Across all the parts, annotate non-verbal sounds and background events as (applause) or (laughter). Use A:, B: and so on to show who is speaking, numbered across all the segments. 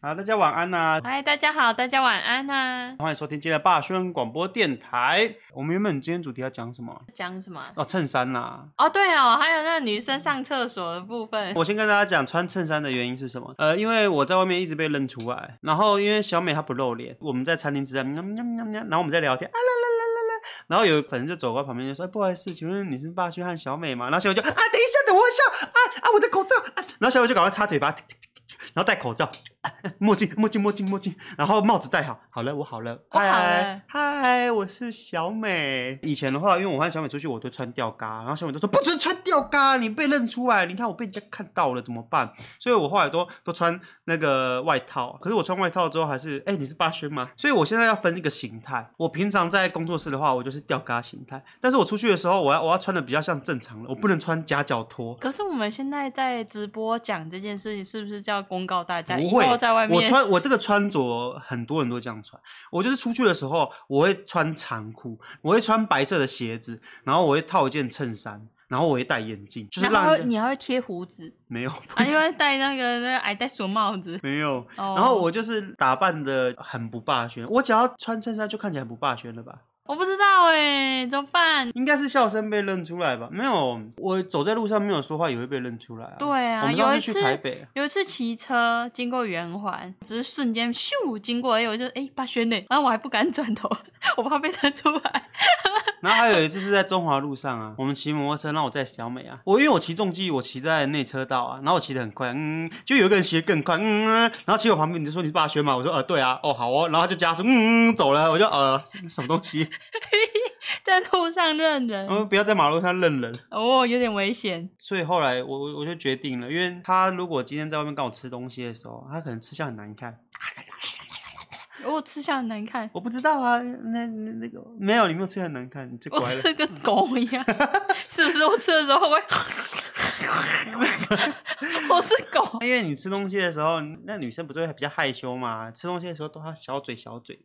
A: 好，大家晚安呐、
B: (laughs) 嗨，大家好，大家晚安啊呐、
A: 欢迎收听今天的霸轩广播电台。我们原本今天主题要讲什么？
B: 讲什么？啊
A: 哦，衬衫啦、
B: 哦，对哦，还有那个女生上厕所的部分。
A: 我先跟大家讲穿衬衫的原因是什么。呃，因为我在外面一直被认出来，然后因为小美她不露脸，我们在餐厅吃饭，喵喵喵喵然后我们在聊天，啊啦啦啦啦啦，然后有粉丝就走过旁边就说、哎不好意思，请问你是霸轩和小美吗？”然后小美就：“啊，等一下，等我一下，啊啊，我的口罩。啊”然后小美就赶快擦嘴巴，然后戴口罩、啊墨镜、墨镜、墨镜、墨镜，然后帽子戴好。好了，我好了，
B: 我好了
A: 嗨嗨，我是小美。以前的话，因为我和小美出去，我都穿吊嘎，然后小美都说不准穿吊嘎，你被认出来，你看我被人家看到了怎么办？所以我后来都都穿那个外套。可是我穿外套之后还是，哎、你是八轩吗？所以我现在要分一个形态。我平常在工作室的话，我就是吊嘎形态，但是我出去的时候，我要我要穿的比较像正常了，我不能穿夹脚拖。
B: 可是我们现在在直播讲这件事情，是不是就要公告大家
A: 不
B: 以
A: 会
B: 后在外面？
A: 我穿我这个穿着，很多人都这样穿。我就是出去的时候，我会穿长裤，我会穿白色的鞋子，然后我会套一件衬衫，然后我会戴眼镜，就是
B: 然后
A: 让
B: 还会
A: 人家
B: 你还会贴胡子
A: 没有
B: 啊，因为戴那个那个矮袋鼠帽
A: (laughs)
B: 子。
A: 没有。
B: 哦
A: 然后我就是打扮的很不霸轩，我只要穿衬衫就看起来很不霸轩了吧？
B: 我不知道哎、怎么办？
A: 应该是笑声被认出来吧？没有，我走在路上没有说话也会被认出来啊。
B: 对啊
A: 我们上
B: 有一
A: 次去
B: 次
A: 台北，
B: 有一次骑车经过圆环，只是瞬间咻经过，哎、我就哎、霸轩呢，然后我还不敢转头， (laughs) 我怕被认出来。
A: 然后还有一次是在中华路上啊，我们骑摩托车，然后我在小美啊，我因为我骑重机，我骑在内车道啊，然后我骑得很快，嗯，就有一个人骑得更快，嗯，嗯然后骑我旁边，你就说你是霸轩嘛，我说呃对啊，哦好哦，然后他就加速，嗯，嗯走了，我就呃什么东
B: (laughs)
A: 西，
B: 在路上认人，
A: 我们不要在马路上认人。
B: 哦，有点危险。
A: 所以后来我我我就决定了，因为他如果今天在外面跟我吃东西的时候，他可能吃相很难看，
B: 如果吃相很难看，
A: 我不知道啊，那那那个没有，你没有吃相很难看，你最乖
B: 我
A: 了。
B: 吃跟狗一
A: (laughs)
B: 样，是不是？我吃的时候会，我是狗。
A: 因为你吃东西的时候，那女生不是会比较害羞嘛？吃东西的时候都要小嘴小嘴。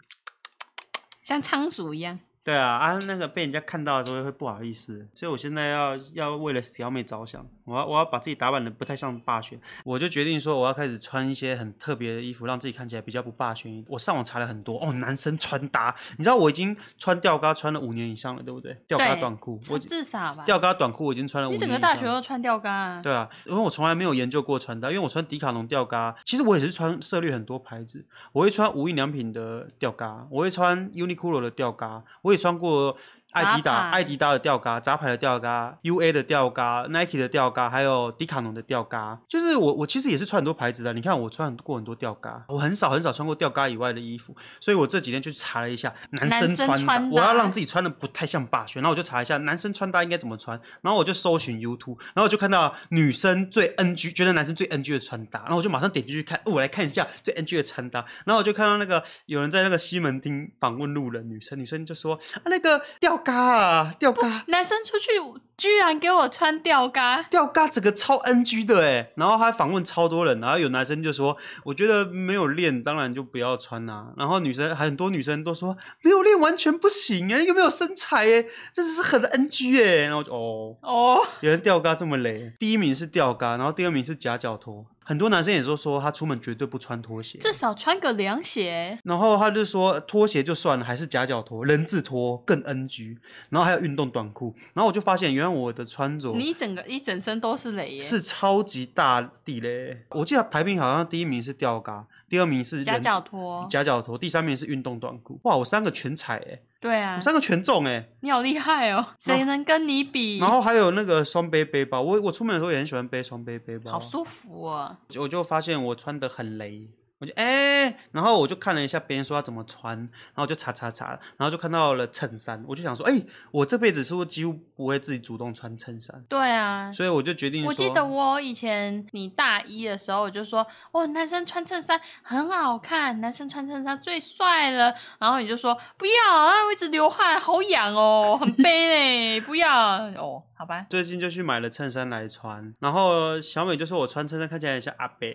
B: 像仓鼠一样，
A: 对啊，啊，那个被人家看到的时候会不好意思，所以我现在要要为了小美着想，我要我要把自己打扮的不太像霸轩，我就决定说我要开始穿一些很特别的衣服，让自己看起来比较不霸轩一点。我上网查了很多哦，男生穿搭，你知道我已经穿吊嘎穿了五年以上了，对不对？吊嘎
B: 对
A: 短裤，我
B: 至
A: 已经
B: 至少吧。
A: 吊嘎短裤我已经穿了五年
B: 你
A: 以上
B: 整
A: 了。
B: 个大学都穿吊杆啊？
A: 对啊，因为我从来没有研究过穿搭，因为我穿迪卡侬吊嘎，其实我也是穿涉猎很多牌子，我会穿无印良品的吊嘎，我会穿 Uniqlo 的吊嘎，我也穿过艾迪达、
B: 杂牌
A: 艾迪达的吊嘎、杂牌的吊嘎、UA 的吊嘎、Nike 的吊嘎，还有迪卡侬的吊嘎。就是我，我其实也是穿很多牌子的。你看，我穿过很多吊嘎，我很少很少穿过吊嘎以外的衣服，所以我这几天去查了一下男
B: 男
A: 生
B: 生
A: 穿搭，
B: 穿
A: 我要
B: 搭
A: 让自己穿的不太像霸轩，然后我就查一下男生穿搭应该怎么穿，然后我就搜寻 YouTube，然后我就看到女生最 NG，觉得男生最 NG 的穿搭，然后我就马上点进去看，哦我来看一下最 NG 的穿搭，然后我就看到那个有人在那个西门町访问路人女生，女生就说啊那个吊嘎啊吊嘎。
B: 男生出去居然给我穿吊杆，
A: 吊嘎整个超 NG 的哎，然后还访问超多人，然后有男生就说，我觉得没有练当然就不要穿啦、然后女生很多女生都说没有练完全不行哎，又没有身材哎，这只是很 NG 哎，然后我就哦，
B: 哦，
A: 有人吊嘎这么雷，第一名是吊嘎，然后第二名是夹脚拖。很多男生也都说他出门绝对不穿拖鞋，
B: 至少穿个凉鞋。
A: 然后他就说拖鞋就算了，还是夹脚拖、人字拖更 NG，然后还有运动短裤。然后我就发现，原来我的穿着
B: 你一整个一整身都是雷耶，
A: 是超级大地嘞。我记得排名好像第一名是吊嘎，第二名是人字
B: 夹脚拖。
A: 夹脚拖，第三名是运动短裤。哇，我三个全踩哎、
B: 对啊
A: 我，三个全中哎、
B: 你好厉害哦，谁能跟你比
A: 然？后还有那个双背背包，我我出门的时候也很喜欢背双背背包，
B: 好舒服哦。
A: 我就发现我穿的很雷，我就哎、然后我就看了一下别人说要怎么穿，然后我就查查查，然后就看到了衬衫，我就想说，哎、我这辈子是不是几乎不会自己主动穿衬衫？
B: 对啊，
A: 所以我就决定说，
B: 我记得我以前你大一的时候，我就说哦，男生穿衬衫很好看，男生穿衬衫最帅了。然后你就说不要啊，我一直流汗，好痒哦，很悲嘞，不要哦，好吧。
A: 最近就去买了衬衫来穿，然后小美就说我穿衬衫看起来很像阿伯，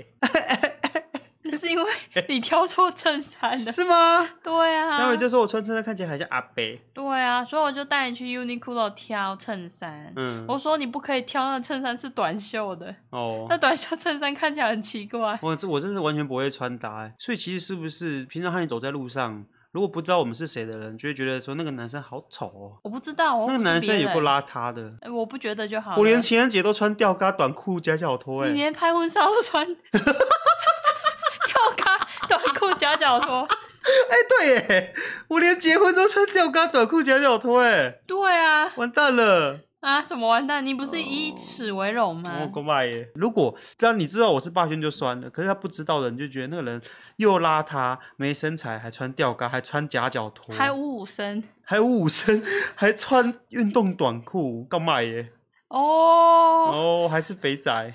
A: (laughs)
B: 是因为你挑错衬衫了。
A: 是吗？
B: 对
A: (laughs)
B: 啊，
A: 小美就说我穿衬衫看起来很像阿伯，
B: 对啊，所以我就带你去 Uniqlo 挑衬衫。
A: 嗯，
B: 我说你不可以挑那个衬衫是短袖的，
A: 哦
B: 那。短袖衬衫看起来很奇怪。
A: 我这我真是完全不会穿搭、欸，所以其实是不是平常和你走在路上，如果不知道我们是谁的人，就会觉得说那个男生好丑哦，
B: 我不知道，我
A: 那个
B: 又不是
A: 男生
B: 别
A: 也够
B: 人
A: 邋遢的。
B: 哎我不觉得就好了。
A: 我连情人节都穿吊嘎短裤夹脚拖、
B: 你
A: 欸，
B: 连拍婚纱都穿 (laughs) 吊嘎短裤夹脚拖，
A: 哎、对耶、我连结婚都穿吊嘎短裤夹脚拖、哎，
B: 对啊
A: 完蛋了，
B: 啊什么完蛋？你不是以此为荣吗
A: 我？哦公妈耶！如果让你知道我是霸轩就算了，可是他不知道的，你就觉得那个人又邋遢、没身材，还穿吊嘎，还穿夹脚拖，
B: 还五五身
A: 还五五身， (laughs) 还穿运动短裤，干嘛耶？
B: 哦，
A: 哦，还是肥仔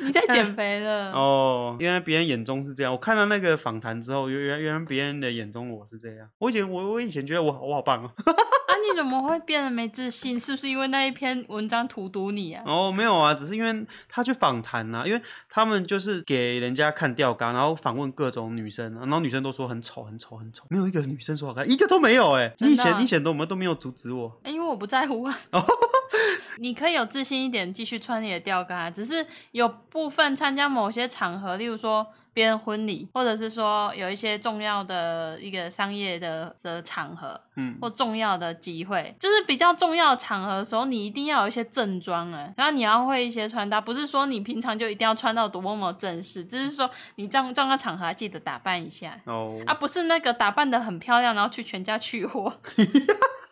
B: 你在减肥了？
A: 哦，原来别人眼中是这样。我看到那个访谈之后，原来原来别人的眼中我是这样。我以前我我以前觉得我好我好棒哦。
B: 啊，你怎么会变得没自信？是不是因为那一篇文章荼毒你啊？
A: 哦，没有啊，只是因为他去访谈啊，因为他们就是给人家看吊嘎，然后访问各种女生，啊然后女生都说很丑、很丑、很丑，没有一个女生说好看，一个都没有哎、你以
B: 真的啊
A: 前你以前都我们都没有阻止我，
B: 因为我不在乎啊
A: 哦。
B: 你可以有自信一点，继续穿你的吊嘎。只是有部分参加某些场合，例如说别人婚礼，或者是说有一些重要的一个商业的的场合
A: 嗯，
B: 或重要的机会，就是比较重要的场合的时候，你一定要有一些正装啊，然后你要会一些穿搭，不是说你平常就一定要穿到多么正式，只是说你这样这样的场合还记得打扮一下。
A: 哦，
B: 啊，不是那个打扮的很漂亮，然后去全家取货， (laughs)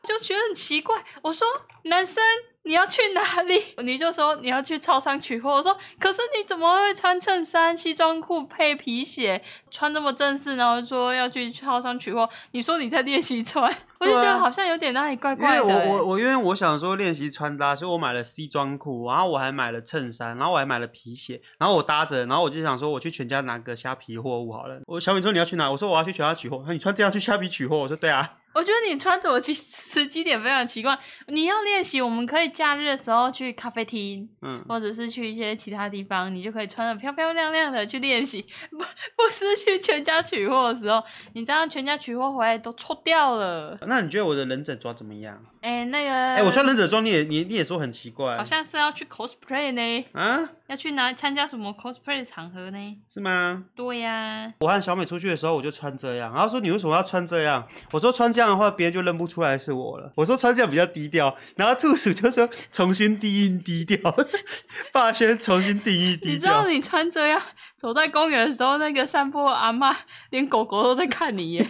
B: 就觉得很奇怪。我说男生你要去哪里？ (laughs) 你就说你要去超商取货。我说可是你怎么会穿衬衫、西装裤配皮鞋，穿这么正式，然后说要去超商取货？你说你在练习穿， (laughs) 我就觉
A: 对啊
B: 得好像有点哪里怪
A: 因为
B: 怪的、
A: 我
B: 欸。
A: 我我因为我想说练习穿搭，所以我买了西装裤，然后我还买了衬衫，然后我还买了皮鞋，然后我搭着，然后我就想说我去全家拿个虾皮货物好了。我小敏说你要去哪？我说我要去全家取货。那你穿这样去虾皮取货？我说对啊。
B: 我觉得你穿着其时机点非常奇怪。你要练习，我们可以假日的时候去咖啡厅，
A: 嗯，
B: 或者是去一些其他地方，你就可以穿的漂漂亮亮的去练习，不不是去全家取货的时候，你知道全家取货回来都臭掉了。
A: 那你觉得我的忍者装怎么样？
B: 哎、那个，
A: 哎、我穿忍者装，你也你你也说很奇怪，
B: 好像是要去 cosplay 呢，
A: 啊，
B: 要去哪参加什么 cosplay 的场合呢？
A: 是吗？
B: 对呀、
A: 我和小美出去的时候，我就穿这样，然后说你为什么要穿这样？我说穿这样的话，别人就认不出来是我了。我说穿这样比较低调，然后兔鼠就说重新定义低调， (laughs) 霸轩重新定义低
B: 你知道
A: 调。
B: 你穿这样走在公园的时候，那个散步的阿妈连狗狗都在看你耶，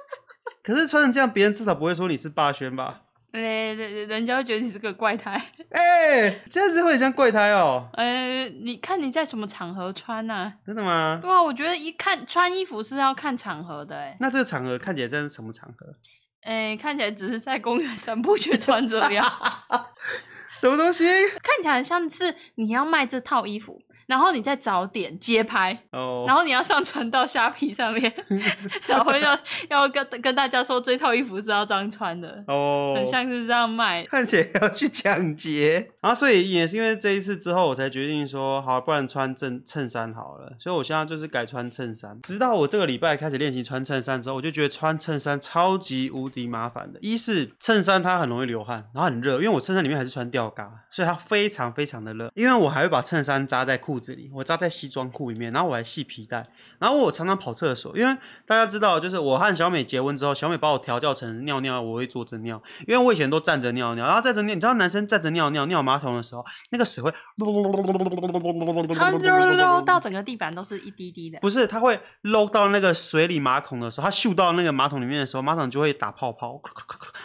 A: (laughs) 可是穿成这样，别人至少不会说你是霸轩吧？
B: 人哎人人家会觉得你是个怪胎。
A: 哎、这样子会很像怪胎哦，
B: 呃，你看你在什么场合穿呐、
A: 真的吗？
B: 对啊，我觉得一看穿衣服是要看场合的、欸，
A: 那这个场合看起来像是什么场合？
B: 哎、看起来只是在公园散步却穿这
A: (laughs)
B: 样，
A: 什么东西？
B: 看起来像是你要卖这套衣服，然后你再找点街拍，
A: 哦、
B: 然后你要上传到虾皮
A: (laughs)
B: 上面，然后要要跟跟大家说这套衣服是要这样穿的，
A: 哦，
B: 很像是这样卖。
A: 看起来要去抢劫。然后所以也是因为这一次之后，我才决定说，好，不然穿正衬衫好了。所以我现在就是改穿衬衫。直到我这个礼拜开始练习穿衬衫之后，我就觉得穿衬衫超级无敌麻烦的。一是衬衫它很容易流汗，然后很热，因为我衬衫里面还是穿吊嘎，所以它非常非常的热。因为我还会把衬衫扎在裤子里，我扎在西装裤里面，然后我还系皮带。然后我常常跑厕所，因为大家知道，就是我和小美结婚之后，小美把我调教成尿尿，我会坐着尿。因为我以前都站着尿尿，然后站着尿，你知道男生站着尿尿尿马桶的时候，那个水会，
B: 它漏漏到整个地板都是一滴滴的，
A: 不是，它会漏到那个水里马桶的时候，它嗅到那个马桶里面的时候，马桶就会打泡泡，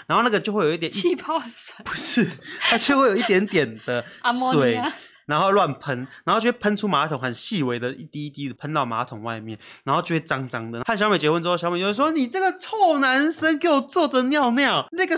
A: 然后那个就会有一点，
B: 气泡水，
A: 不是，它就会有一点点的
B: 阿莫尼
A: 水
B: 亚，
A: 然后乱喷，然后就会喷出马桶，很细微的一滴一滴的喷到马桶外面，然后就会脏脏的。和小美结婚之后，小美就会说：“你这个臭男生，给我坐着尿尿，那个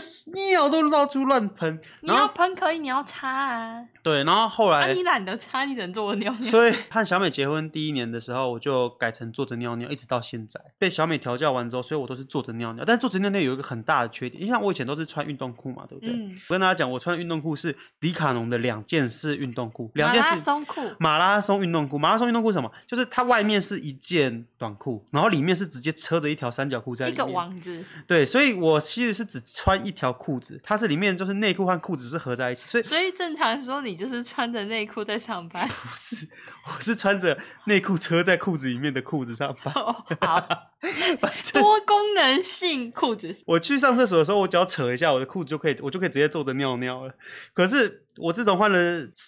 A: 尿都到处乱喷。”
B: 你
A: 然
B: 要
A: 后
B: 喷可以，你要擦啊，
A: 对，然后后
B: 啊
A: 来
B: 你，懒得擦，你只能坐着尿 (laughs) 尿。
A: 所以和小美结婚第一年的时候，我就改成坐着尿尿，一直到现在。被小美调教完之后，所以我都是坐着尿尿。但坐着尿尿有一个很大的缺点，因为像我以前都是穿运动裤嘛，对不对？
B: 嗯，
A: 我跟大家讲，我穿的运动裤是迪卡侬的两件式运动裤，两
B: 马
A: 件
B: 拉
A: 事。嗯
B: 松裤，
A: 马拉松运动裤，马拉松运动裤是什么？就是它外面是一件短裤，然后里面是直接车着一条三角裤在
B: 一
A: 里
B: 个
A: 面。
B: 网子，
A: 对，所以我其实是只穿一条裤子，它是里面就是内裤和裤子是合在一起，所
B: (laughs)
A: 以
B: 所以正常说你就是穿着内裤在上班。
A: 我是穿着内裤车在裤子里面的裤子上班。
B: (laughs) 哦好，
A: 反正
B: 多功能性裤子，
A: (laughs) 我去上厕所的时候，我只要扯一下我的裤子就可以，我就可以直接坐着尿尿了。可是我自从换了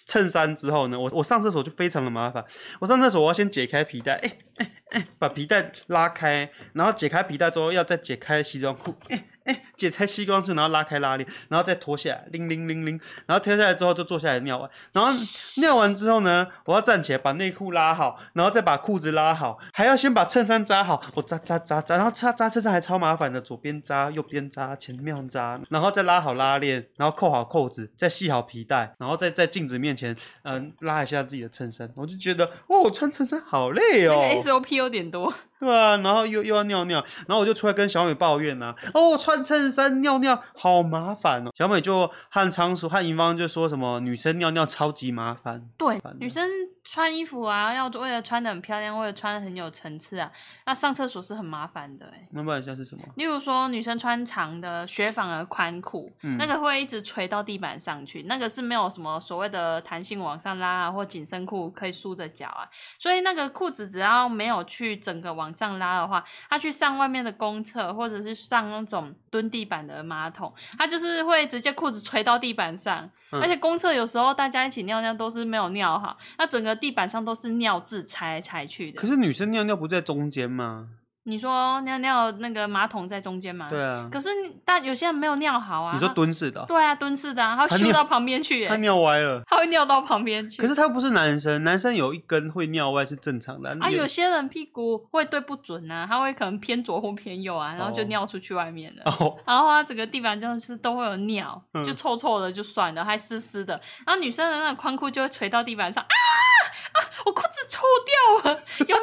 A: 衬衫之后呢，我我上厕所就非常的麻烦。我上厕所我要先解开皮带，哎、哎哎把皮带拉开，然后解开皮带之后要再解开西装裤，哎、哎、解开西装裤，然后拉开拉链，然后再脱下来，铃铃铃铃，然后脱下来之后就坐下来尿完，然后尿完之后呢，我要站起来把内裤拉好，然后再把裤子拉好，还要先把衬衫扎好，我扎扎扎扎，然后扎扎衬衫还超麻烦的，左边扎，右边扎，前面扎，然后再拉好拉链，然后扣好扣子，再系好皮带，然后再在镜子面前，嗯、拉一下自己的衬衫，我就觉得哦，我穿衬衫好累
B: 那
A: 哦，
B: 个 SOP 有点多。
A: 对啊，然后又又要尿尿，然后我就出来跟小美抱怨呐、哦，我穿衬衫尿尿好麻烦哦。小美就和仓鼠和银芳就说什么女生尿尿超级麻烦，
B: 对
A: 烦，
B: 女
A: 的
B: 生穿衣服啊，要为了穿的很漂亮，为了穿的很有层次啊，那上厕所是很麻烦的、欸。
A: 那不然像是什么？
B: 例如说，女生穿长的雪纺的宽裤，
A: 嗯
B: 那个会一直垂到地板上去，那个是没有什么所谓的弹性往上拉啊，或紧身裤可以束着脚啊，所以那个裤子只要没有去整个往上拉的话，它去上外面的公厕或者是上那种蹲地板的马桶，它就是会直接裤子垂到地板上，
A: 嗯
B: 而且公厕有时候大家一起尿尿都是没有尿好，那整个地板上都是尿渍踩来踩去
A: 可
B: 的。
A: 是女生尿尿不在中间吗？
B: 你说尿尿那个马桶在中间吗？
A: 对啊，
B: 可是你但有些人没有尿好啊。
A: 你说
B: 他
A: 蹲式的 (laughs) 哦、
B: 对啊，蹲式的、啊，他
A: 他
B: 会咻
A: 尿
B: 到旁边去、
A: 她
B: 耶，
A: 尿歪了。
B: 他会尿到旁边去。
A: 可是她不是男生，男生有一根会尿歪是正常的
B: 啊，有些人屁股会对不准啊，他会可能偏左或偏右啊，然后就
A: 哦
B: 尿出去外面了。
A: 哦，
B: 然后它整个地板就是都会有尿，
A: 嗯
B: 就臭臭的就算了，还湿湿的。然后女生的那个宽裤就会垂到地板上啊啊！我裤子臭掉了，有尿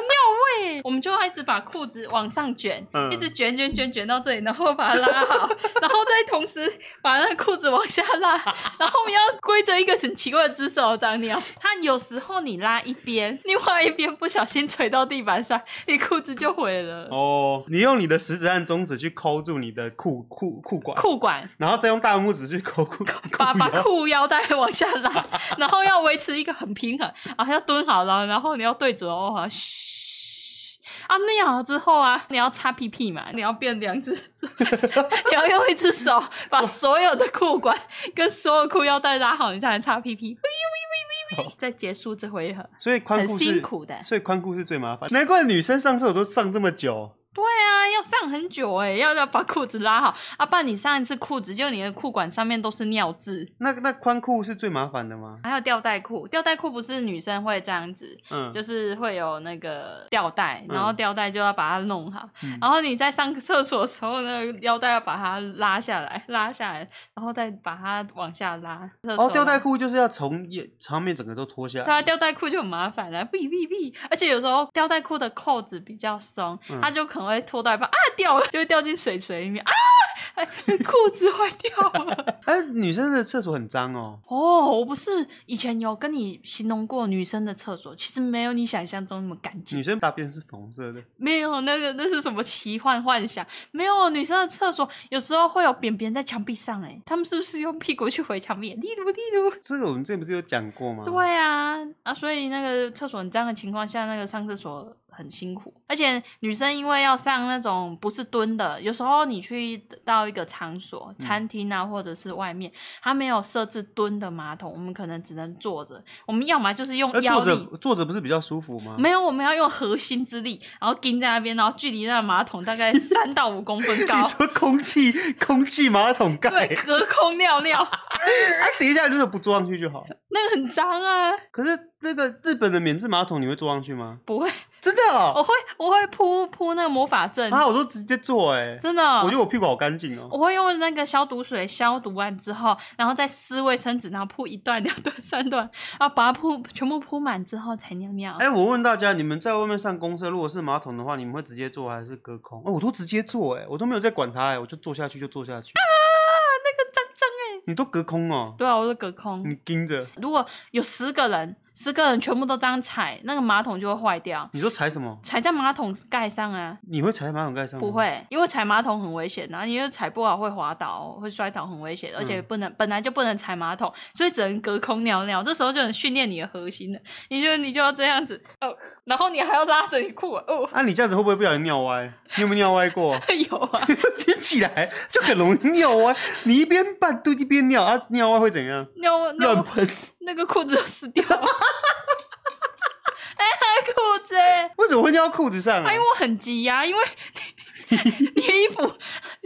B: 味。我们就会一直把裤子往上卷，
A: 嗯
B: 一直卷卷卷卷到这里，然后把它拉
A: (laughs)
B: 好，然后再同时把那个裤子往下拉，然后我们要规着一个很奇怪的姿势哦，这样尿。它有时候你拉一边，另外一边不小心垂到地板上，你裤子就毁了。
A: 哦，你用你的食指和中指去抠住你的裤裤裤管，
B: 裤管
A: 然后再用大拇指去抠
B: (laughs)
A: 裤裤
B: 把把
A: 腰
B: 裤腰带往下拉， (laughs) 然后要维持一个很平衡，然后要蹲好了，然后你要对准哦，好嘘啊，那好之后啊，你要擦屁屁嘛，你要变两只 (laughs) 手，你要用一
A: (laughs)
B: 只手把所有的裤管跟所有裤腰带拉好，你才能擦屁屁，喂喂喂喂喂，再结束这
A: (laughs)
B: 回合。
A: 所以宽
B: 很
A: 哦裤是
B: 辛苦的
A: 所以宽裤是最麻烦。难怪女生上厕所都上这么久，
B: 对啊，要上很久哎、要要把裤子拉好啊，不然你上一次裤子就你的裤管上面都是尿渍，
A: 那那宽裤是最麻烦的吗？
B: 还有吊带裤，吊带裤不是女生会这样子，
A: 嗯，
B: 就是会有那个吊带，
A: 嗯
B: 然后吊带就要把它弄好，
A: 嗯
B: 然后你在上厕所的时候，那个腰带要把它拉下来，拉下来，然后再把它往下拉。
A: 哦，吊带
B: 裤。
A: 裤就是要从也上面整个都脱下
B: 对
A: 来，
B: 啊，吊带裤就很麻烦了，哔哔哔！而且有时候吊带裤的扣子比较松，
A: 嗯
B: 它就可能会脱到一半啊掉了，就会掉进水水里面啊，哎裤子坏掉了。
A: (laughs) 哎、女生的厕所很脏哦。
B: 哦，我不是以前有跟你形容过女生的厕所，其实没有你想象中那么干净
A: 女。生大便是粉红色的，
B: 没有那个那是什么奇幻幻想？没有女生的厕所有时候会有便便在墙壁上、欸，哎，他们是不是用屁股去回墙壁？例如例如，
A: 这个我们之前不是有讲过吗？
B: 对啊啊，所以那个厕所你这样的情况下，那个上厕所很辛苦，而且女生因为要上那种不是蹲的，有时候你去到一个场所，
A: 嗯
B: 餐厅啊或者是外面，它没有设置蹲的马桶，我们可能只能坐着，我们要么就是用
A: 那
B: 腰
A: 坐
B: 力。
A: 着坐着不是比较舒服吗？
B: 没有，我们要用核心之力，然后钉在那边，然后距离那个马桶大概三到五公分
A: (laughs)
B: 高
A: 你，说空气空气马桶盖，
B: 对，隔
A: (laughs)
B: 空尿尿，
A: 啊，等一下如果不坐上去就好。
B: 那个很脏啊，
A: 可是那个日本的免治马桶，你会坐上去吗？
B: 不会，
A: 真的哦，
B: 我会我会铺铺那个魔法阵，
A: 啊，我都直接坐哎、
B: 真的，哦
A: 我觉得我屁股好干净哦。
B: 我会用那个消毒水消毒完之后，然后再撕卫生纸，然后铺一段、两段、三段，然后把它铺全部铺满之后才尿尿。
A: 哎、我问大家，你们在外面上公厕，如果是马桶的话，你们会直接坐还是隔空？哦，我都直接坐、哎，我都没有在管它，哎，我就坐下去就坐下去。
B: 那个脏脏哎！
A: 你都隔空哦，嗯
B: 对啊，我是隔空。
A: 你盯着，
B: 如果有十个人，十个人全部都这样踩，那个马桶就会坏掉，
A: 你说踩什么？
B: 踩在马桶盖上啊。
A: 你会踩马桶盖上吗？
B: 不。会，因为踩马桶很危险然后你又踩不好会滑倒，会摔倒，很危险，而且不能、本来就不能踩马桶，所以只能隔空尿尿。这时候就能训练你的核心了，你就你就要这样子哦，然后你还要拉着你裤管哦，
A: 啊，你这样子会不会不小心尿歪？你有没有尿歪过？ (laughs)
B: 有啊，
A: 听起来就很容易尿歪。你一边拌肚一边尿，啊，尿歪会怎样？
B: 尿
A: 乱
B: 尿
A: 喷？
B: 那个裤子都湿掉了， (laughs) 哎、裤子欸。
A: 为什么会尿到裤子上啊
B: 啊，因？为我很急呀、因为你 (laughs) 衣服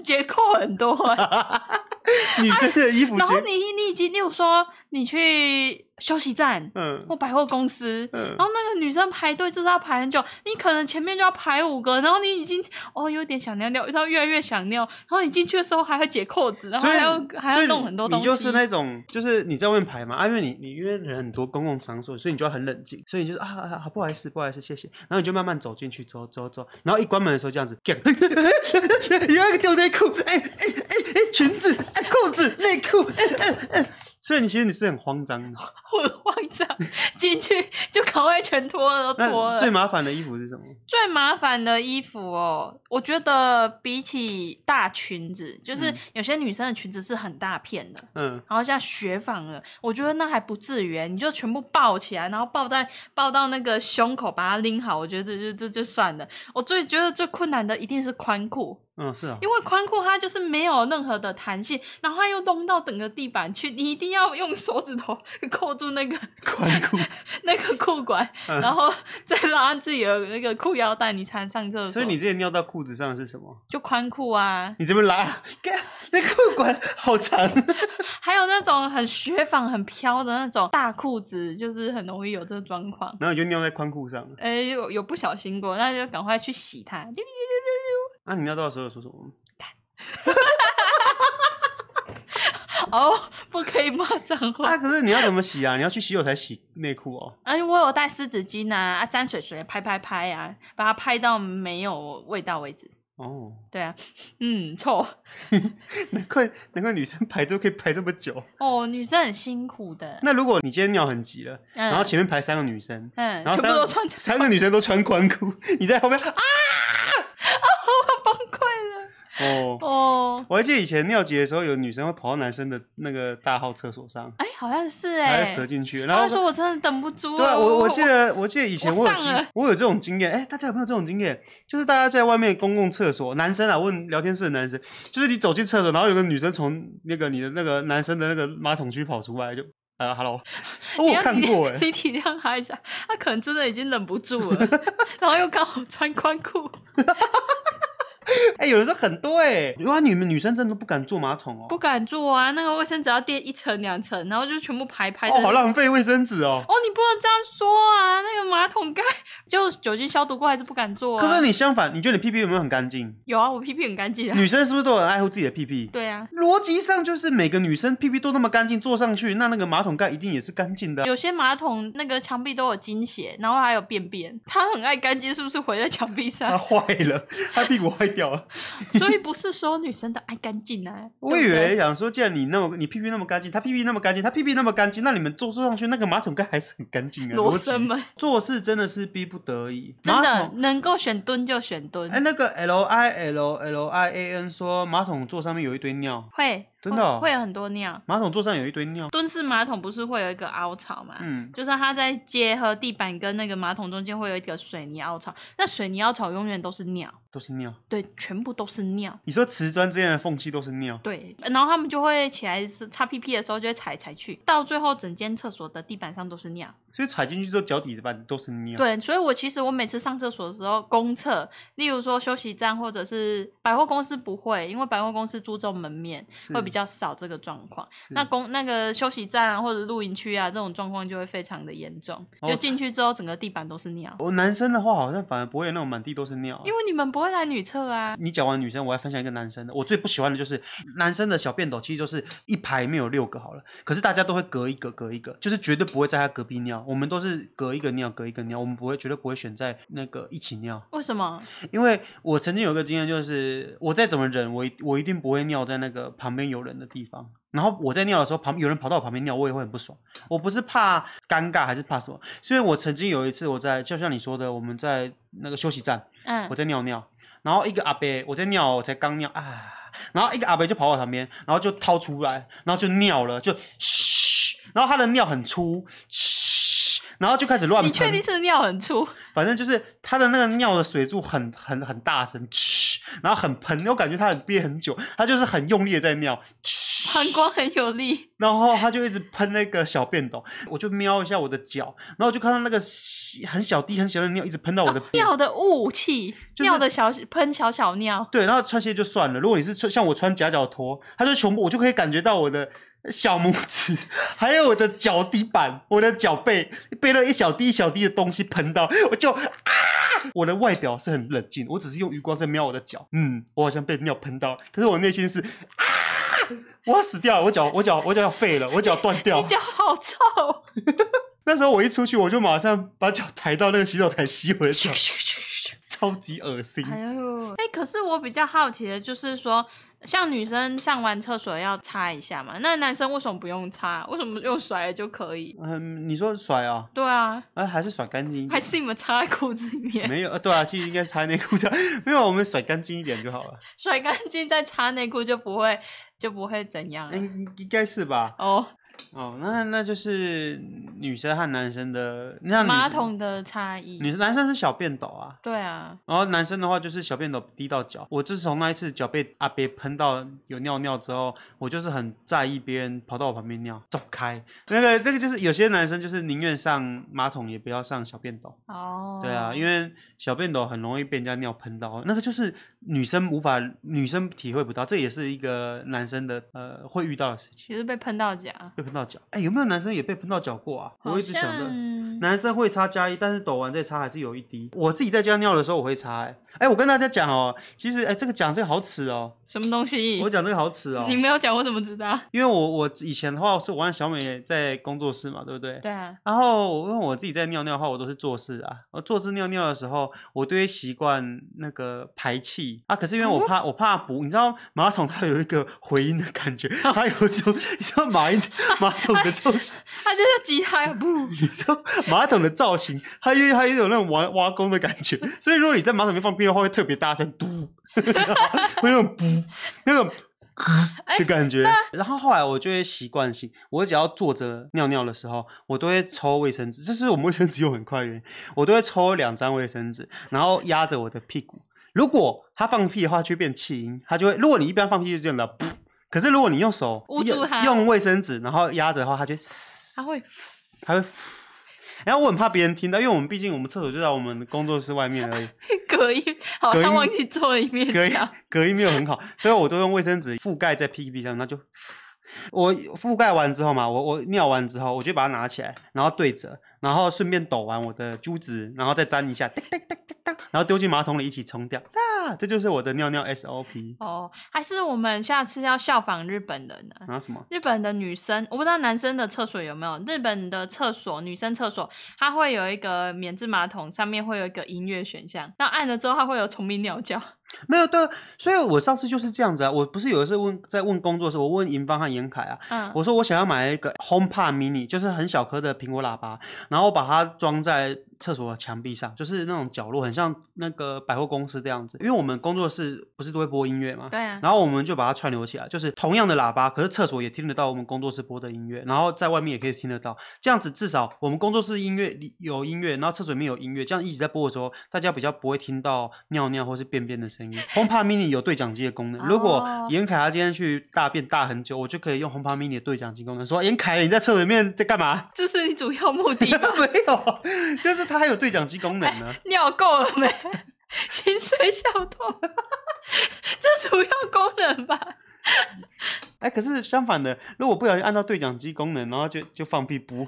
B: 结扣很多、欸，
A: 女生的衣服
B: 然后
A: 结，
B: 你你已经，例如说你去休息站
A: 嗯
B: 或百货公司，
A: 嗯
B: 然，后那个女生排队就是要排很久，你可能前面就要排五个，然后你已经哦有点想尿尿，然后越来越想尿，然后你进去的时候还要解扣子，然后
A: 所以
B: 还要还
A: 所以
B: 要
A: 你
B: 弄很多东西。
A: 你就是那种，就是你在外面排嘛，啊，因为你你因为人很多公共场所，所以你就要很冷静，所以你就是啊啊啊，不好意思，不好意思，谢谢。然后你就慢慢走进去，走走走，然后一关门的时候这样子， (laughs) 干有那个吊带裤，哎哎哎哎，裙子，哎裤子，内裤，哎哎哎。所以你其实你是很慌张
B: (laughs)
A: 的。
B: 我很慌张，进去就赶快全脱了，都脱
A: 那
B: 了。
A: 最麻烦的衣服是什么？
B: 最麻烦的衣服哦，我觉得比起大裙子，就是
A: 嗯
B: 有些女生的裙子是很大片的，
A: 嗯，
B: 然后像雪纺了，我觉得那还不至于，欸你就全部抱起来，然后抱在抱到那个胸口，把它拎好，我觉得这就这就算了。我最觉得最困难的一定是宽裤，
A: 嗯，是啊。
B: 因为宽裤它就是没有任何的弹性，然后它又弄到整个地板去，你一定要用手指头 (laughs) 扣住那个
A: 宽裤，
B: 那个裤管，
A: (laughs) 嗯
B: 然后 (laughs) 再拉自己的那个裤腰带，你才能上厕所。
A: 所以你之前尿到裤子上是什么？
B: 就宽裤啊，
A: 你这边拉，干那裤管好长。 (laughs)
B: 还有那种很雪纺、很飘的那种大裤子，就是很容易有这个状况。
A: 然后你就尿在宽裤上了。
B: 哎、有有不小心过，那就赶快去洗它。丢丢丢丢
A: 那、啊你尿到的时候有说什
B: (laughs)
A: 么吗？
B: 丢哦， (laughs) 不可以骂脏话
A: 啊，。可是你要怎么洗啊？你要去洗手台洗内裤哦。
B: 哎、我有带湿纸巾啊，啊沾水水拍拍拍啊，把它拍到没有味道为止。
A: 哦，
B: 对啊，嗯，臭
A: 难怪难怪女生排队可以排这么久。
B: 哦，女生很辛苦的。
A: 那如果你今天尿很急了，
B: 嗯
A: 然后前面排三个女生，
B: 嗯，
A: 然后
B: 全部
A: 三
B: 都穿着，
A: 三个女生都穿宽裤，你在后面啊
B: 我崩溃了。 (laughs)
A: 哦。
B: 哦，
A: 我还记得以前尿急的时候，有女生会跑到男生的那个大号厕所上，
B: 哎、好像是
A: 然
B: 哎、
A: 后再折进去，然
B: 他
A: 后
B: 会说我真的等不住
A: 对啊，
B: 了。哦
A: 我我记得我记得以前
B: 我
A: 我有
B: 上
A: 经
B: 了
A: 我有这种经验，哎、大家有没有这种经验？就是大家在外面公共厕所，男生啊问聊天室的男生，就是你走进厕所，然后有个女生从那个你的那个男生的那个马桶区跑出来，就啊、
B: (laughs)
A: 哈 hello，哦
B: 你
A: 我
B: 要
A: 看
B: (laughs)
A: 过哎、
B: 你，你体谅他一下，他可能真的已经忍不住
A: (laughs)
B: 了，然后又刚好穿宽裤，
A: 哎、有的时候很多哎、哇你们女生真的都不敢坐马桶哦，
B: 不敢坐啊，那个卫生纸要垫一层两层，然后就全部排排
A: 哦
B: 成
A: 好浪费卫生纸哦。
B: 哦，你不能这样说啊！那个马桶盖 (laughs) 就酒精消毒过，还是不敢做啊。
A: 可是你相反，你觉得你屁屁有没有很干净？
B: 有啊，我屁屁很干净啊。
A: 女生是不是都很爱护自己的屁屁？
B: 对啊，
A: 逻辑上就是每个女生屁屁都那么干净，坐上去那那个马桶盖一定也是干净的啊、
B: 有些马桶那个墙壁都有精血，然后还有便便，它很爱干净，是不是回在墙壁
A: 它
B: 上？
A: 坏了，它屁股坏掉了。
B: 所以不是说女生都爱干净啊。
A: 我
B: 对
A: 以
B: 不对
A: 为想说，既然你那么你屁屁那么干净，他屁屁那么干净，他屁屁那么干净，那你们坐坐上去那个马桶盖还是很干净的。
B: 罗
A: 逻辑
B: 生门
A: 做事真的是逼不得已，
B: 真
A: 马
B: 的
A: 桶。
B: 能够选蹲就选蹲，
A: 哎、那个 L I L L I A N 说马桶座上面有一堆尿，
B: 会
A: 真的哦
B: 会会有很多尿。
A: 马桶座上有一堆尿。
B: 蹲式马桶不是会有一个凹槽嘛？
A: 嗯，
B: 就是它在结合地板跟那个马桶中间会有一个水泥凹槽，那水泥凹槽永远都是尿。
A: 都是尿。
B: 对，全部都是尿。
A: 你说瓷砖之间的缝隙都是尿，
B: 对，然后他们就会起来是擦屁屁的时候就会踩来踩去，到最后整间厕所的地板上都是尿。
A: 所以踩进去之后脚底板都是尿。，
B: 对，所以我其实我每次上厕所的时候，公厕，例如说休息站或者是百货公司不会，因为百货公司注重门面，会比较少这个状况。
A: 是
B: 那公那个休息站啊或者露营区啊这种状况就会非常的严重，
A: 哦
B: 就进去之后整个地板都是尿，
A: 我男生的话好像反而不会有那种满地都是尿，啊
B: 因为你们不会来女厕啊。
A: 你讲完女生，我还分享一个男生的。我最不喜欢的就是男生的小便斗，其实就是一排没有六个好了，可是大家都会隔一个隔一个，就是绝对不会在他隔壁尿。尿，我们都是隔一个尿隔一个尿，我们不会绝对不会选在那个一起尿，
B: 为什么？
A: 因为我曾经有一个经验，就是我再怎么忍，我一我一定不会尿在那个旁边有人的地方。然后我在尿的时候，旁有人跑到我旁边尿，我也会很不爽。我不是怕尴尬，还是怕什么？所以我曾经有一次，我在就像你说的，我们在那个休息站，
B: 嗯
A: 我，在尿尿，然后一个阿伯，我在尿，我才刚尿啊，然后一个阿伯就跑到我旁边，然后就掏出来，然后就尿了，就嘘，然后他的尿很粗，嘘，然后就开始乱
B: 你
A: 喷。
B: 确定是尿很粗？
A: 反正就是他的那个尿的水柱很很很大声，嗤然后很喷，我感觉他很憋很久，他就是很用力的在尿，嗤
B: 膀胱很有力，
A: 然后他就一直喷那个小便斗，我就瞄一下我的脚，然后我就看到那个细很小滴很小的尿一直喷到我的便
B: 啊尿的雾气，
A: 就是
B: 尿的小喷小小尿，
A: 对，然后穿鞋就算了，如果你是穿像我穿夹脚拖，它就全部我就可以感觉到我的小拇指， (laughs) 还有我的脚底板、我的脚背被那一小滴一小滴的东西喷到，我就啊！我的外表是很冷静，我只是用余光在瞄我的脚，嗯，我好像被尿喷到了，可是我内心是啊！我要死掉了，我脚我脚我脚要废了，我脚断掉
B: 你
A: 了。
B: 脚好臭。
A: 那时候我一出去，我就马上把脚抬到那个洗手台洗我的脚， (laughs) 超级恶心。
B: 哎呦，哎、可是我比较好奇的就是说，像女生上完厕所要擦一下嘛，那男生为什么不用擦？为什么用甩了就可以？
A: 嗯，你说甩啊？
B: 对啊，
A: 啊，还是甩干净一点
B: 还。是你们插在裤子里面，
A: 没有，呃，对啊，其实应该是擦内裤上， (laughs) 没有，我们甩干净一点就好了，
B: 甩干净再擦内裤就不会就不会怎样了。
A: 应应该是吧？
B: 哦，
A: 哦，那那就是女生和男生的，那女生
B: 马，桶的差
A: 女
B: 异。
A: 生男生是小便斗啊，
B: 对啊，
A: 然后男生的话就是小便斗滴到脚。我自从那一次脚被阿伯喷到有尿尿之后，我就是很在意别人跑到我旁边尿，走开。那个那个就是有些男生就是宁愿上马桶也不要上小便斗。
B: 哦，
A: 对啊，因为小便斗很容易被人家尿喷到，那个就是女生无法，女生体会不到，这也是一个男生的呃会遇到的事情，
B: 其实被喷到脚，
A: 被喷到脚。哎，有没有男生也被喷到脚过啊？我一直想的，
B: 的
A: 男生会擦加一，但是抖完再擦还是有一滴。我自己在家尿的时候我会擦、哎，哎，我跟大家讲哦，其实哎这个讲这个好耻哦，
B: 什么东西？
A: 我讲这个好耻哦
B: 你，没有讲，我怎么知道？
A: 因为我我以前的话是我和小美在工作室嘛，对不对？
B: 对啊，
A: 然后我问我自己在尿尿的话，我都是坐式啊。我坐式尿尿的时候，我都会习惯那个排气啊。可是因为我怕，我怕补，你知道马桶它有一个回音的感觉，它有一种你知道马音马桶的造型，
B: 他就是吉他不，
A: 你知道马桶的造型，它又它又有那种挖挖沟的感
B: (laughs)
A: 觉，所以如果你在马桶里面放屁的话，会特别大声，嘟， (laughs) 会
B: (laughs)
A: 有种噗那种。的感
B: 哎
A: 觉，然后后来我就会习惯性，我只要坐着尿尿的时候，我都会抽卫生纸，这是我们卫生纸用很快的原因，我都会抽两张卫生纸，然后压着我的屁股。如果它放屁的话，就会变气音，它就会。如果你一般放屁就这样的，噗可是如果你用手
B: 捂住
A: 用
B: 它
A: 用卫生纸，然后压着的话，它就会嘶
B: 他会
A: 还会。然后我很怕别人听到，因为我们毕竟我们厕所就在我们工作室外面而已，
B: 隔音，好，
A: 隔
B: 他
A: 音
B: 忘记做了一面
A: 隔音
B: 墙。
A: 隔音没有很好，所以我都用卫生纸覆盖在屁屁上，那就我覆盖完之后嘛，我我尿完之后，我就把它拿起来，然后对折，然后顺便抖完我的珠子，然后再粘一下，哒哒哒哒哒，然后丢进马桶里一起冲掉。啊，这就是我的尿尿 SOP。
B: 哦，还是我们下次要效仿日本人呢、啊
A: 然后什么？
B: 日本的女生，我不知道男生的厕所有没有。日本的厕所，女生厕所，它会有一个免治马桶，上面会有一个音乐选项，那按了之后，它会有虫鸣鸟叫。
A: 没有对，啊所以我上次就是这样子啊。我不是有一次问在问工作的时候，我问银芳和严凯啊，
B: 嗯，
A: 我说我想要买一个 HomePod Mini，就是很小颗的苹果喇叭，然后我把它装在厕所的墙壁上，就是那种角落，很像那个百货公司这样子。因为我们工作室不是都会播音乐嘛，
B: 对啊，
A: 然后我们就把它串流起来，就是同样的喇叭，可是厕所也听得到我们工作室播的音乐，然后在外面也可以听得到。这样子至少我们工作室音乐里有音乐，然后厕所里面有音乐，这样一直在播的时候，大家比较不会听到尿尿或是便便的声音。HomePod Mini 有对讲机的功能，如果
B: 哦
A: 严凯他今天去大便大很久，我就可以用 HomePod Mini 的对讲机功能说：“严凯，你在厕所里面在干嘛 (laughs)
B: 这是你主要目？”的吗？
A: 没有，就是它还有对讲机功能呢。
B: 尿够了没？ (laughs) 心碎笑痛， (laughs) 这主要功能吧？
A: 哎，可是相反的，如果不小心按到对讲机功能，然后就就放屁不。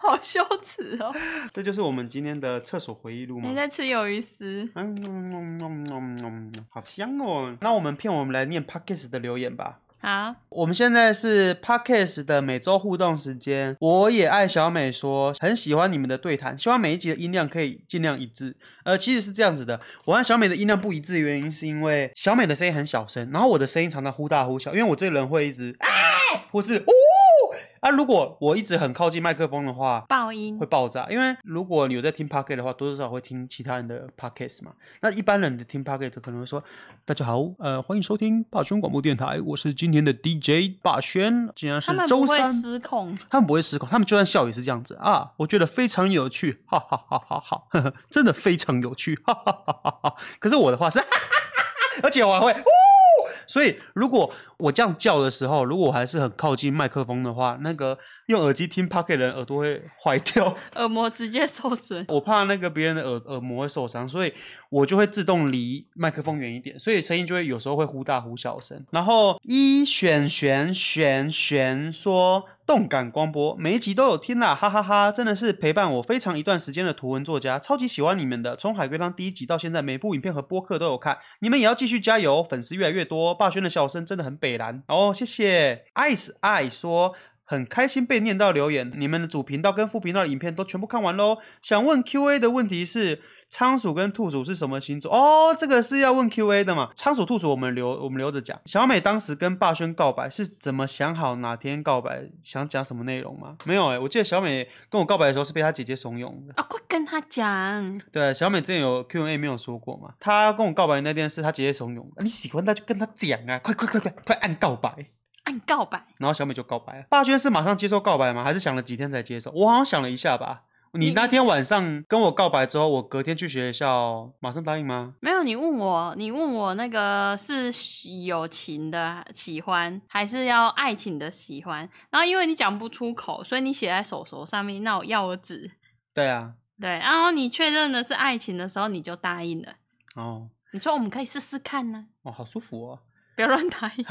B: 好羞耻哦！
A: 这就是我们今天的厕所回忆录吗
B: 你？在吃鱿鱼丝？
A: 嗯，嗯嗯嗯嗯嗯好香哦！那我们骗我们来念 Pockets 的留言吧。
B: 好，
A: 我们现在是 podcast 的每周互动时间。我也爱小美说，很喜欢你们的对谈，希望每一集的音量可以尽量一致。呃，其实是这样子的，我和小美的音量不一致的原因是因为小美的声音很小声，然后我的声音常常忽大忽小，因为我这个人会一直哎，或是呜啊，如果我一直很靠近麦克风的话。
B: 爆音
A: 会爆炸，因为如果你有在听 p o c k e t 的话，多多少少会听其他人的 p o c k e t 嘛。那一般人的听 p o c k e t 可能会说：“大家好，呃，欢迎收听霸轩广播电台，我是今天的 DJ 霸轩，竟然是
B: 他们
A: 周
B: 不会
A: 三。”
B: 失控，
A: 他们不会失控，他们就算笑也是这样子啊，我觉得非常有趣，哈哈哈哈哈， (laughs) 呵呵真的非常有趣，哈哈哈哈哈。可是我的话是，哈哈哈哈而且我还会呜。所以，如果我这样叫的时候，如果我还是很靠近麦克风的话，那个用耳机听 Pocket 的人耳朵会坏掉。
B: 耳膜直接受损。
A: 我怕那个别人的耳耳膜会受伤，所以我就会自动离麦克风远一点，所以声音就会有时候会忽大忽小声。然后一选选选选说动感光波，每一集都有听啦，哈哈哈真的是陪伴我非常一段时间的图文作家，超级喜欢你们的。从海龟汤第一集到现在，每部影片和播客都有看，你们也要继续加油，粉丝越来越多。霸轩的笑声真的很北蓝哦，谢谢。Ice I 说。很开心被念到留言，你们的主频道跟副频道的影片都全部看完喽。想问 Q&A 的问题是，仓鼠跟兔鼠是什么星座？哦，这个是要问 Q&A 的嘛？仓鼠、兔鼠我们留我们留着讲。小美当时跟霸轩告白是怎么想好哪天告白，想讲什么内容吗？没有哎、我记得小美跟我告白的时候是被她姐姐怂恿的。
B: 啊，快跟他讲！啊
A: 对，啊小美之前有 Q&A 没有说过嘛？她跟我告白那件事，她姐姐怂恿的，你喜欢她就跟她讲啊，快快快快快按告白。
B: 按告白，
A: 然后小美就告白了。霸轩是马上接受告白吗？还是想了几天才接受？我好像想了一下吧。你
B: 你
A: 那天晚上跟我告白之后，我隔天去学校，马上答应吗？
B: 没有你问我，你问我那个是友情的喜欢，还是要爱情的喜欢？然后因为你讲不出口，所以你写在手手上面，那我要我纸。
A: 对啊，
B: 对，然后你确认的是爱情的时候，你就答应了。
A: 哦，
B: 你说我们可以试试看呢、
A: 哦，好舒服哦。 (laughs)
B: 不要乱答应。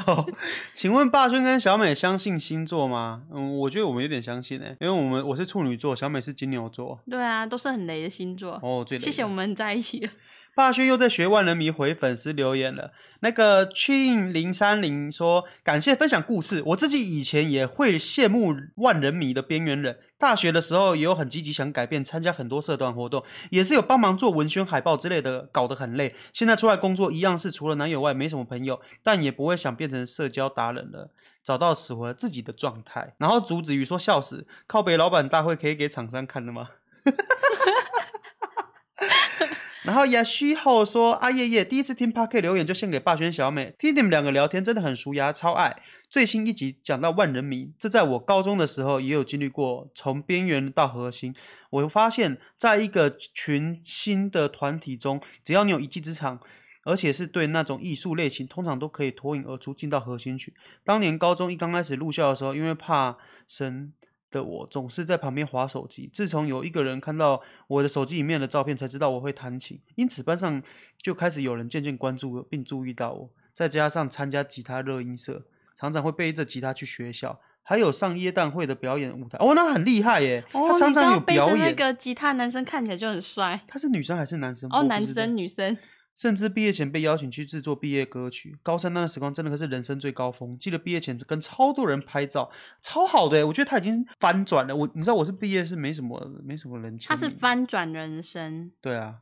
A: 请问霸轩跟小美相信星座吗？嗯，我觉得我们有点相信诶、因为我们我是处女座，小美是金牛座。
B: (laughs) 对啊，都是很雷的星座。
A: 哦，最雷
B: 谢谢
A: 了
B: 我们在一起了。
A: 霸轩又在学万人迷回粉丝留言了。那个 Chin 零三零说，感谢分享故事。我自己以前也会羡慕万人迷的边缘人，大学的时候也有很积极想改变，参加很多社团活动，也是有帮忙做文宣海报之类的，搞得很累。现在出来工作一样是除了男友外没什么朋友，但也不会想变成社交达人了。找到适合自己的状态，然后竹子鱼说笑死，靠北老板大会可以给厂商看的吗？然后也虚后说：“阿叶叶第一次听 p a r k 留言就献给霸轩小美，听你们两个聊天真的很舒压，超爱。最新一集讲到万人迷，这在我高中的时候也有经历过，从边缘到核心。我发现，在一个群新的团体中，只要你有一技之长，而且是对那种艺术类型，通常都可以脱颖而出，进到核心去。当年高中一刚开始入校的时候，因为怕生的我总是在旁边划手机。自从有一个人看到我的手机里面的照片，才知道我会弹琴，因此班上就开始有人渐渐关注我，并注意到我。再加上参加吉他热音社，常常会背着吉他去学校，还有上耶诞会的表演舞台。哦，那很厉害耶！
B: 哦，
A: 他常
B: 你知
A: 常
B: 道
A: 有
B: 背着
A: 表
B: 那
A: 演。
B: 个吉他男生看起来就很帅。
A: 他是女生还是男生？
B: 哦，
A: 我不
B: 男
A: 知道
B: 生女生，
A: 甚至毕业前被邀请去制作毕业歌曲。高三那段时光真的是人生最高峰。记得毕业前跟超多人拍照，超好的欸、我觉得他已经翻转了。我你知道我是毕业是没什么没什么人气，
B: 他是翻转人生。
A: 对啊。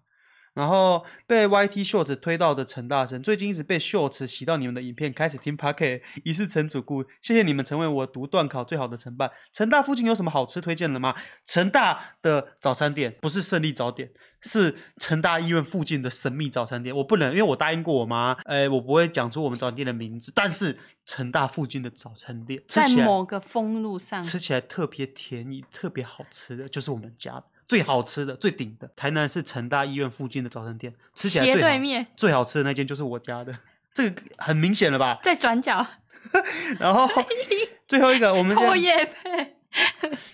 A: 然后被 YT Shorts 推到的陈大神，最近一直被 Shorts 洗到你们的影片，开始听 Pocket，一世成主顾。谢谢你们成为我读段考最好的承办。成大附近有什么好吃推荐的吗？成大的早餐店不是胜利早点，是成大医院附近的神秘早餐店。我不能，因为我答应过我妈，哎，我不会讲出我们早餐店的名字，但是成大附近的早餐店吃
B: 在
A: 起来
B: 某个封路上，
A: 吃起来特别甜腻、特别好吃的，就是我们家的最好吃的、最顶的。台南是成大医院附近的早餐店，吃起来
B: 斜
A: 最好
B: 对面
A: 最好吃的那间就是我家的， (laughs) 这个很明显了吧？
B: 在转角
A: 然
B: (laughs)
A: 后最后一个，我们
B: 偷
A: 这
B: 夜配，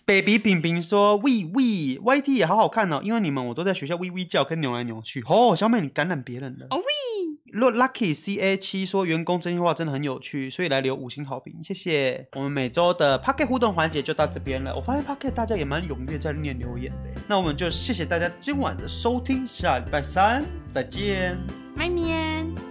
A: baby 饼饼说喂喂 YT 也好好看哦，因为你们我都在学校喂喂叫跟扭来扭去。哦，小美你感染别人了。
B: 哦喂。
A: 若 Lucky C A 七说员工真心话真的很有趣，所以来留五星好评，谢谢。我们每周的 Pocket 互动环节就到这边了。我发现 Pocket 大家也蛮踊跃在念留言的，那我们就谢谢大家今晚的收听，下礼拜三再见。
B: 麦面。